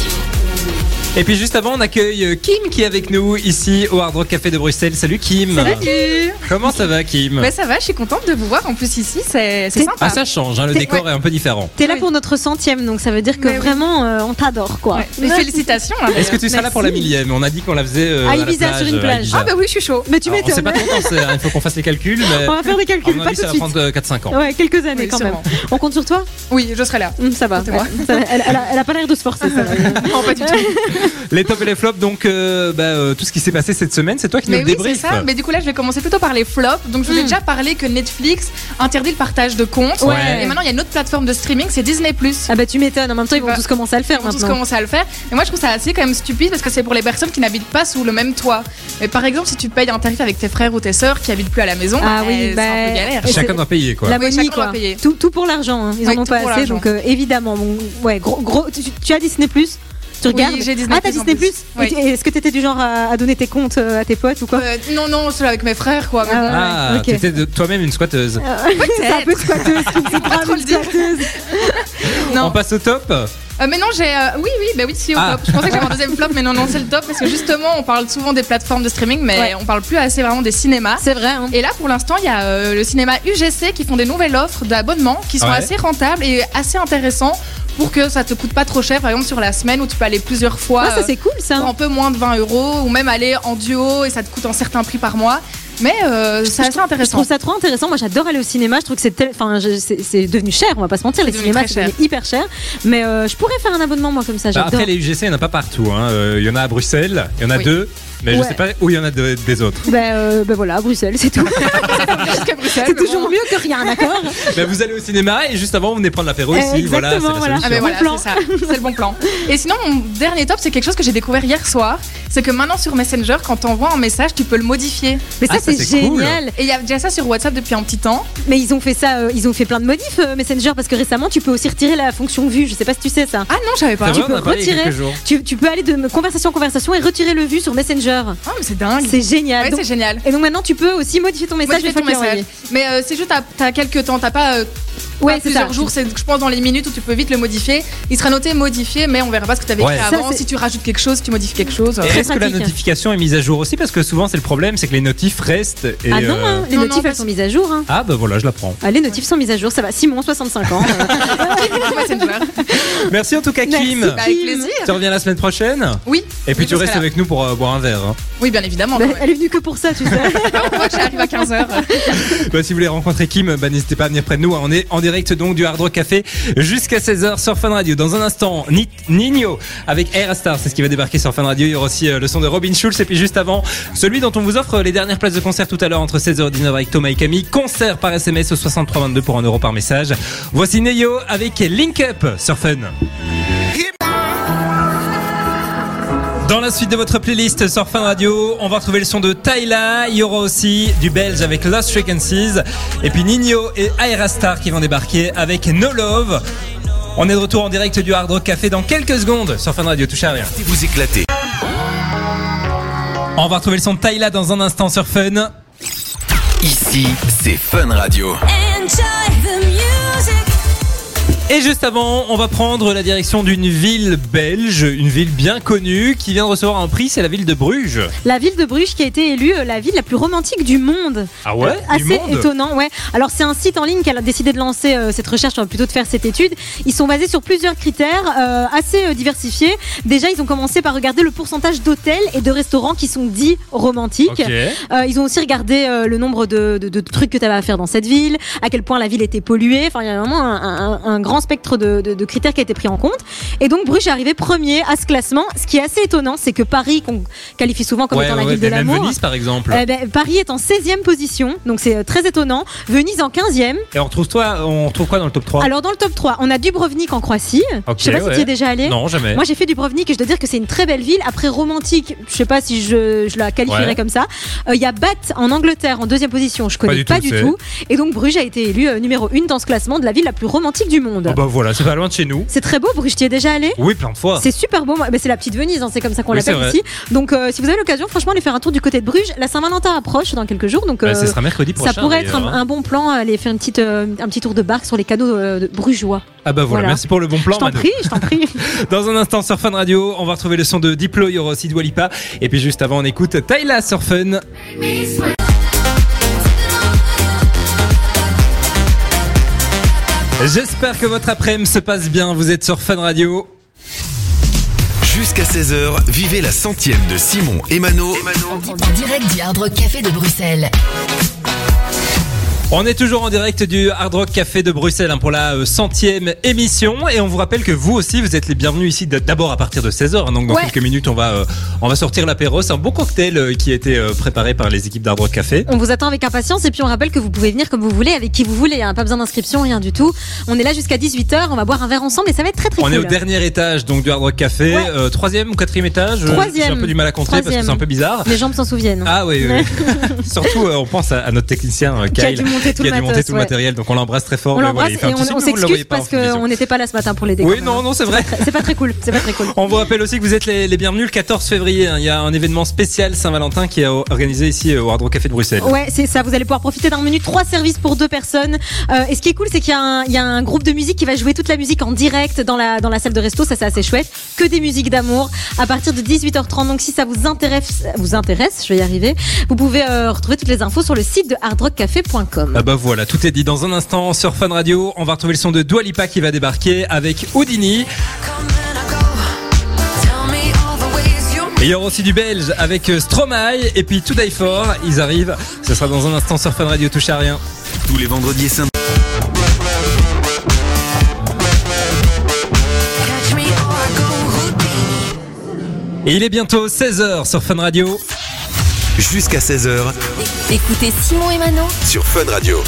A: Et puis juste avant, on accueille euh, Kim qui est avec nous ici au Hard Rock Café de Bruxelles. Salut Kim.
G: Salut
A: Comment ça va Kim
G: Ouais, Eh, ça va, je suis contente de vous voir. En plus, ici, c'est c'est sympa.
A: Ah, ça change, hein, le
G: C'est-
A: décor est un peu différent.
B: T'es là
G: Oui.
B: pour notre centième, donc ça veut dire que
G: Mais oui.
B: vraiment euh, on t'adore quoi.
G: Ouais. Mais félicitations. hein.
A: Est-ce que tu seras là pour la
G: Merci.
A: millième On a dit qu'on la faisait euh,
B: À
A: la
B: Ibiza, sur une
A: euh, à
B: plage.
A: Ibiza.
G: Ah, bah oui, je suis chaud.
B: Mais tu
A: Alors, on sait
B: m'étonnes.
A: pas trop quand c'est, hein, il faut qu'on fasse les calculs, mais
B: On va faire des
A: à
B: calculs,
A: mon
B: pas
A: avis,
B: tout
A: ça
B: de
A: va
B: suite.
A: prendre euh, 4-5 ans.
B: Ouais, quelques années
G: Oui,
B: quand même.
G: sûrement.
B: On compte sur toi
G: Oui, je serai là.
B: Hum, Ça va.
G: Comptez-moi.
B: ouais. Ça va. Elle, elle a, elle a pas l'air de se forcer. ça va. Ah,
G: Non, pas du tout.
A: Les tops et les flops, donc euh, bah, euh, tout ce qui s'est passé cette semaine, c'est toi qui
G: Mais
A: nous
G: oui, c'est
A: débriefes.
G: ça. Mais du coup, là, je vais commencer plutôt par les flops. Donc, je vous ai
B: Mm.
G: déjà parlé que Netflix interdit le partage de comptes.
A: Ouais.
G: Et maintenant, il y a une autre plateforme de streaming, c'est Disney.
B: Ah bah tu m'étonnes. En même temps, ils vont
G: Bah,
B: tous commencer à le faire
G: Ils vont tous
B: maintenant.
G: commencer à le faire. Et moi, je trouve ça assez quand même stupide parce que c'est pour les personnes qui n'habitent pas sous le même toit. Mais par exemple, si tu payes un tarif avec tes frères ou tes sœurs qui habitent plus à la maison,
B: Ah oui,
G: eh, c'est un
B: bah,
G: peu galère.
B: Et
A: Chacun
B: c'est-
A: doit payer quoi.
B: La
G: Oui,
B: bonne
G: chacun
B: nuit, quoi.
G: doit payer.
B: Tout, tout pour l'argent, hein. ils
G: Oui,
B: en ont
G: tout
B: pas
G: pour
B: assez,
G: l'argent.
B: donc euh, évidemment. bon, ouais, gros, gros- tu, tu as Disney Plus Tu regardes
G: j'ai Disney+,
B: Ah, t'as
G: en
B: Disney
G: plus.
B: Plus
G: Oui.
B: Et tu- et Est-ce que t'étais du genre à, à donner tes comptes euh, à tes potes ou quoi
G: Euh, non, non, c'est avec mes frères, quoi. Mais bon,
A: Ah,
B: ok.
A: t'étais de- toi-même une squatteuse.
B: Euh, C'est un peu squatteuse, qui me
G: pas trop le dire.
B: squatteuse.
G: non.
A: On passe au top Bah,
G: Euh, mais non, j'ai. euh, oui, oui, bah oui, si, au
A: Ah.
G: top. Je pensais que j'avais un deuxième flop, mais non, non, c'est le top parce que justement, on parle souvent des plateformes de streaming, mais
B: Ouais.
G: on parle plus assez vraiment des cinémas.
B: C'est vrai, hein.
G: Et là, pour l'instant, il y a euh, le cinéma UGC qui font des nouvelles offres d'abonnement qui sont
A: Ouais.
G: assez rentables et assez intéressantes pour que ça te coûte pas trop cher, par exemple sur la semaine où tu peux aller plusieurs fois
B: Ah, ça
G: euh,
B: c'est cool
G: pour
B: ça.
G: un peu moins de 20 euros ou même aller en duo et ça te coûte un certain prix par mois. Mais euh, c'est assez
B: Je
G: intéressant.
B: trouve ça trop intéressant. Moi, j'adore aller au cinéma. Je trouve que c'est tel- enfin, je- c'est c'est devenu cher. On va pas se mentir, les
G: devenu
B: cinémas
G: très
B: c'est
G: cher.
B: devenu hyper cher. Mais euh, je pourrais faire un abonnement moi comme ça.
A: Bah,
B: J'adore.
A: Après les UGC, il n'y en a pas partout. hein. Euh, Il y en a à Bruxelles, il y en a
G: Oui.
A: deux, mais je
B: Ouais.
A: sais pas où il y en a de- des autres.
B: Ben, euh, ben voilà, Bruxelles, c'est tout.
G: Jusqu'à Bruxelles,
B: c'est
G: mais bon.
B: toujours mieux que rien, d'accord
A: Bah, vous allez au cinéma et juste avant, vous venez prendre l'apéro
B: Eh,
A: ici. Voilà, c'est la
B: exactement, voilà.
A: solution.
G: Ah ben
B: Bon
G: voilà,
B: plan.
G: c'est ça, c'est le bon plan. Et sinon, mon dernier top, c'est quelque chose que j'ai découvert hier soir, c'est que maintenant sur Messenger, quand t'envoies un message, tu peux le modifier.
B: Mais ça,
A: Ah, ça,
B: c'est
A: c'est cool.
B: génial.
G: Et il y a déjà ça sur WhatsApp depuis un petit temps.
B: Mais ils ont fait ça, euh, ils ont fait plein de modifs euh, Messenger parce que récemment tu peux aussi retirer la fonction vue. Je sais pas si tu sais ça.
G: Ah non, j'avais pas.
A: C'est
B: Tu
A: vrai, on
B: peux
A: a parlé il y a
B: retirer.
A: quelques jours.
B: Tu, tu peux aller de conversation en conversation et retirer le vue sur Messenger.
G: Ah mais c'est dingue.
B: C'est génial.
G: Ouais,
B: Donc-
G: c'est génial.
B: et donc maintenant tu peux aussi modifier ton message
G: Modifier
B: une fois
G: ton
B: qu'il est
G: message.
B: envoyé.
G: Mais euh, c'est juste, t'as- t'as quelques temps, t'as pas, euh,
B: Ouais,
G: pas
B: c'est ça.
G: plusieurs jours, c'est je pense dans les minutes où tu peux vite le modifier. Il sera noté modifié, mais on verra pas ce que t'avais
A: Ouais.
G: écrit
B: Ça,
G: avant.
B: c'est-
G: Si tu rajoutes quelque chose, tu modifies quelque chose.
A: Et
B: Très
A: est-ce que la
B: pratique.
A: notification est mise à jour aussi Parce que souvent, c'est le problème, c'est que les notifs restent. Et
B: Ah non,
A: euh,
B: hein, les
G: Non,
B: notifs
G: non,
B: elles
G: parce-
B: sont mises à jour. hein.
A: Ah bah voilà, je la prends.
B: Ah, les notifs sont mises à jour, ça va. Simon, 65 ans. euh,
G: Messenger.
A: Merci en tout cas,
B: Merci.
A: Kim.
G: Bah, avec
B: Kim.
G: plaisir.
A: Tu reviens la semaine prochaine
G: Oui.
A: et puis tu
G: Oui, je serai
A: restes
G: là.
A: avec nous pour euh, boire un verre. hein.
G: Oui, bien évidemment.
B: bah,
G: quand même.
B: elle est venue que pour ça, tu sais.
G: Une fois que j'arrive à 15h.
A: Bah, si vous voulez rencontrer Kim, bah, n'hésitez pas à venir près de nous. hein. On est en direct donc du Hard Rock Café jusqu'à 16h sur Fun Radio. Dans un instant, Ni- Nino avec Air Star, c'est ce qui va débarquer sur Fun Radio. Il y aura aussi euh, le son de Robin Schulz et puis juste avant, celui dont on vous offre les dernières places de concert tout à l'heure entre 16h et 19h avec Thomas et Camille. Concert par SMS au 6322 pour 1 euro par message. Voici Neo avec Link Up sur Fun. Dans la suite de votre playlist sur Fin Radio, on va retrouver le son de Tyla. Il y aura aussi du belge avec Lost Frequencies. Et puis Nino et Aira Star qui vont débarquer avec No Love. On est de retour en direct du Hard Rock Café dans quelques secondes sur Fin Radio. Touchez à rien.
D: Vous éclatez.
A: On va retrouver le son de Tyla dans un instant sur Fun.
D: Ici, c'est Fun Radio.
A: Et juste avant, on va prendre la direction d'une ville belge, une ville bien connue qui vient de recevoir un prix, c'est la ville de Bruges.
B: La ville de Bruges qui a été élue euh, la ville la plus romantique du monde.
A: Ah ouais
B: Euh,
A: Du
B: Assez
A: monde
B: étonnant, ouais. Alors c'est un site en ligne qu'elle a décidé de lancer euh, cette recherche, enfin, plutôt de faire cette étude. Ils sont basés sur plusieurs critères euh, assez euh, diversifiés. Déjà, ils ont commencé par regarder le pourcentage d'hôtels et de restaurants qui sont dits romantiques.
A: Ok.
B: Euh, ils ont aussi regardé euh, le nombre de, de- de trucs que tu avais à faire dans cette ville, à quel point la ville était polluée. Enfin, il y a vraiment un, un- un grand spectre de, de- de critères qui a été pris en compte. Et donc, Bruges est arrivé premier à ce classement. Ce qui est assez étonnant, c'est que Paris, qu'on qualifie souvent comme étant la ville de
A: mais même
B: l'amour.
A: Venise par exemple.
B: eh ben, Paris est en 16e position, donc c'est euh, très étonnant. Venise en 15e.
A: Et on retrouve, toi, on retrouve quoi dans le top 3
B: Alors dans le top 3, on a Dubrovnik en Croatie.
A: Oh. Ok,
B: je sais pas
A: ouais.
B: si tu y es déjà allé.
A: Non, jamais.
B: Moi j'ai fait Dubrovnik et je dois dire que c'est une très belle ville. Après romantique, je sais pas si je, je la qualifierais
A: Ouais.
B: comme ça. Euh, Il y a Bath en Angleterre en deuxième position, je connais
A: du
B: pas
A: tout,
B: du tout.
A: c'est-
B: Et donc Bruges a été élu euh, numéro 1 dans ce classement de la ville la plus romantique du monde.
A: Ah bah voilà, c'est pas loin de chez nous.
B: C'est très beau, Bruges, tu y es déjà allé
A: Oui, plein de fois.
B: c'est super beau, moi- mais c'est la petite Venise, hein, c'est comme ça qu'on
A: Oui,
B: l'appelle
A: c'est vrai.
B: ici. Donc euh, si vous avez l'occasion, franchement, allez faire un tour du côté de Bruges. La Saint-Valentin approche dans quelques jours, donc
A: Bah,
B: euh,
A: ce sera mercredi prochain.
B: ça pourrait être un,
A: d'ailleurs, hein.
B: un bon plan, aller faire une petite, euh, un petit tour de barque sur les canaux euh, de brugeois.
A: Ah bah voilà,
B: voilà.
A: merci pour le bon plan,
B: je t'en
A: Manu.
B: prie, je t'en prie.
A: Dans un instant sur Fun Radio, on va retrouver le son de Diplo, il y aura aussi Dua Lipa. Et puis juste avant, on écoute Tyla sur Fun. J'espère que votre après-midi se passe bien. Vous êtes sur Fun Radio.
D: Jusqu'à 16h, vivez la centième de Simon et Mano,
C: En direct du Hard Rock Café de Bruxelles.
A: On est toujours en direct du Hard Rock Café de Bruxelles hein, pour la euh, centième émission et on vous rappelle que vous aussi vous êtes les bienvenus ici d- d'abord à partir de 16h hein, donc dans
B: Ouais.
A: quelques minutes on va euh, on va sortir l'apéro c'est un bon cocktail euh, qui a été euh, préparé par les équipes d'Hard Rock Café
B: On vous attend avec impatience et puis on rappelle que vous pouvez venir comme vous voulez, avec qui vous voulez, hein, pas besoin d'inscription, rien du tout. On est là jusqu'à 18h, on va boire un verre ensemble et ça va être très très
A: on
B: cool.
A: est au dernier étage donc du Hard Rock Café
B: Ouais.
A: Euh, troisième ou quatrième étage Euh,
B: Troisième.
A: j'ai un peu du mal à compter parce que
B: Troisième.
A: c'est un peu bizarre
B: Les gens me s'en souviennent.
A: ah oui, oui. surtout euh, on pense à, à notre technicien euh,
B: Qui a
A: Kyle
B: dû monter tout
A: qui
B: le
A: a dû
B: matos,
A: monter tout le
B: ouais.
A: matériel donc on l'embrasse très fort
B: On
A: mais
B: l'embrasse
A: ben voilà, il fait un
B: et
A: petit signe,
B: on, on
A: mais vous le voyez
B: s'excuse
A: pas,
B: parce
A: on fait des bisous.
B: qu'on n'était pas là ce matin pour l'aider.
A: oui
B: quand
A: non
B: même.
A: non c'est vrai
B: C'est pas très cool, c'est pas très cool.
A: On vous rappelle aussi que vous êtes les, les bienvenus le 14 février. hein. Il y a un événement spécial Saint-Valentin qui est organisé ici euh, au Hard Rock Café de Bruxelles.
B: Ouais, c'est ça. Vous allez pouvoir profiter d'un menu trois services pour deux personnes. Euh, et ce qui est cool, c'est qu'il y, a un- il y a un groupe de musique qui va jouer toute la musique en direct dans la dans la salle de resto. Ça, c'est assez chouette. Que des musiques d'amour à partir de 18h30. Donc, si ça vous intéresse, vous intéresse, je vais y arriver. Vous pouvez euh, retrouver toutes les infos sur le site de hardrockcafé.com.
A: Ah bah voilà, tout est dit dans un instant sur Fun Radio. On va retrouver le son de Dua Lipa qui va débarquer avec Houdini. Et il y aura aussi du belge avec euh, Stromae et puis To Die For. Ils arrivent. Ce sera dans un instant sur Fun Radio. Touche à rien.
D: tous les vendredis et samedis.
A: Et il est bientôt 16h sur Fun Radio.
D: Jusqu'à 16h
C: Écoutez Simon et Manon
D: sur Fun Radio.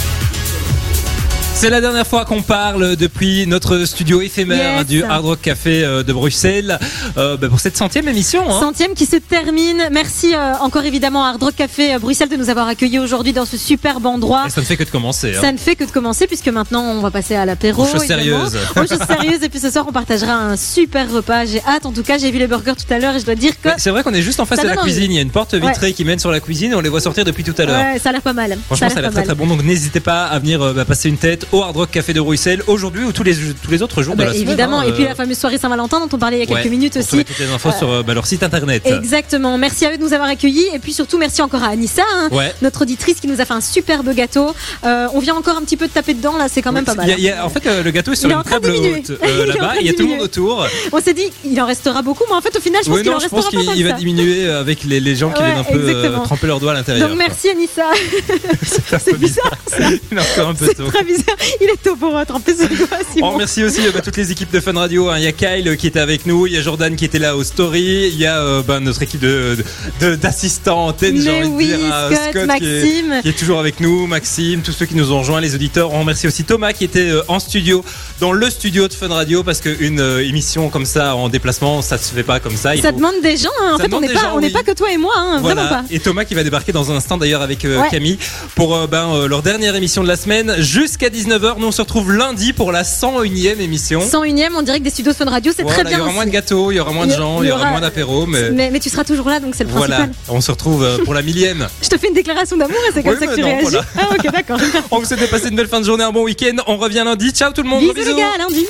A: C'est la dernière fois qu'on parle depuis notre studio éphémère
B: Yes.
A: hein, du Hard Rock Café euh, de Bruxelles Euh, bah, pour cette centième émission. hein.
B: Centième qui se termine. Merci euh, encore évidemment à Hard Rock Café euh, Bruxelles de nous avoir accueillis aujourd'hui dans ce superbe endroit.
A: Et ça ne fait que de commencer. hein.
B: Ça ne fait que de commencer puisque maintenant on va passer à l'apéro.
A: Aux choses
B: évidemment.
A: sérieuses.
B: Aux choses sérieuses. Et puis ce soir on partagera un super repas. J'ai hâte. En tout cas, j'ai vu les burgers tout à l'heure et je dois dire que
A: Mais C'est vrai qu'on est juste en face
B: Ça
A: de la
B: donne envie.
A: cuisine. Il y a une porte vitrée qui mène sur la cuisine et on les voit sortir depuis tout à l'heure.
B: ouais, ça a l'air pas mal.
A: Franchement, ça a l'air
B: pas
A: très très
B: mal.
A: bon. Donc n'hésitez pas à venir euh, bah, passer une tête au Hard Rock Café de Bruxelles aujourd'hui ou tous les, tous les autres jours
B: Ah bah,
A: de la semaine.
B: évidemment.
A: hein,
B: et puis
A: euh,
B: la fameuse soirée Saint-Valentin dont on parlait il y a quelques
A: ouais.
B: minutes
A: On
B: aussi.
A: retrouvait toutes les infos sur euh, bah, leur site internet.
B: Exactement. Merci à eux de nous avoir accueillis. Et puis surtout, merci encore à Anissa, hein,
A: Ouais.
B: notre auditrice qui nous a fait un superbe gâteau. Euh, on vient encore un petit peu de taper dedans là. C'est quand même pas mal. hein.
A: Il y a- il y a- en fait, euh, le gâteau est sur
B: Il est en
A: une
B: train de
A: table
B: diminuer.
A: haute euh,
B: Il est en
A: là-bas.
B: train de
A: Il y a tout le monde
B: diminuer.
A: autour.
B: On s'est dit, il en restera beaucoup, mais en fait, au final, je pense
A: Oui,
B: qu'il
A: non,
B: en
A: je pense
B: restera pas
A: qu'il
B: tant
A: il
B: que
A: va
B: ça.
A: diminuer avec les, les gens qui
B: Ouais,
A: viennent un peu euh,
B: exactement.
A: tremper leurs doigts à l'intérieur.
B: Donc merci Anissa.
A: quoi. C'est un peu bizarre. Il est encore un peu
B: C'est
A: tôt.
B: très bizarre. Il est au beau en plus de quoi,
A: On
B: Simon.
A: remercie aussi euh, bah, toutes les équipes de Fun Radio. hein. Il y a Kyle euh, qui était avec nous, il y a Jordan qui était là au story, il y a euh, bah, notre équipe de de- d'assistants en antenne, j'ai
B: Mais
A: envie de
B: oui,
A: dire, hein,
B: Scott,
A: qui est-
B: Maxime.
A: qui est toujours avec nous, Maxime, tous ceux qui nous ont rejoints, les auditeurs. On remercie aussi Thomas qui était euh, en studio, dans le studio de Fun Radio, parce qu'une euh, émission comme ça en déplacement, ça se fait pas comme ça. Il
B: Ça
A: faut-
B: demande des gens. hein. En
A: Ça
B: fait, on
A: demande
B: n'est
A: des
B: pas,
A: gens,
B: on n'est
A: oui.
B: pas que toi et moi, hein,
A: Voilà.
B: vraiment pas.
A: Et Thomas qui va débarquer dans un instant d'ailleurs avec euh,
B: Ouais.
A: Camille pour euh, ben, euh, leur dernière émission de la semaine jusqu'à 19h. Nous on se retrouve lundi pour la 101e émission.
B: 101ème en direct des studios de Fun Radio, c'est
A: Voilà,
B: très bien.
A: Il y aura moins de
B: aussi.
A: gâteaux, il y aura moins de
B: Il y-
A: gens, il y aura moins d'apéros, mais.
B: mais, mais tu seras toujours là, donc c'est le
A: Voilà,
B: principal.
A: on se retrouve euh, pour la millième.
B: Je te fais une déclaration d'amour et c'est comme
A: Oui,
B: ça que
A: mais
B: tu
A: non,
B: réagis.
A: voilà.
B: Ah, ok, d'accord.
A: On vous souhaite de passer une belle fin de journée, un bon week-end. On revient lundi. Ciao tout le monde.
B: bisous,
A: gros
B: les gars, à lundi.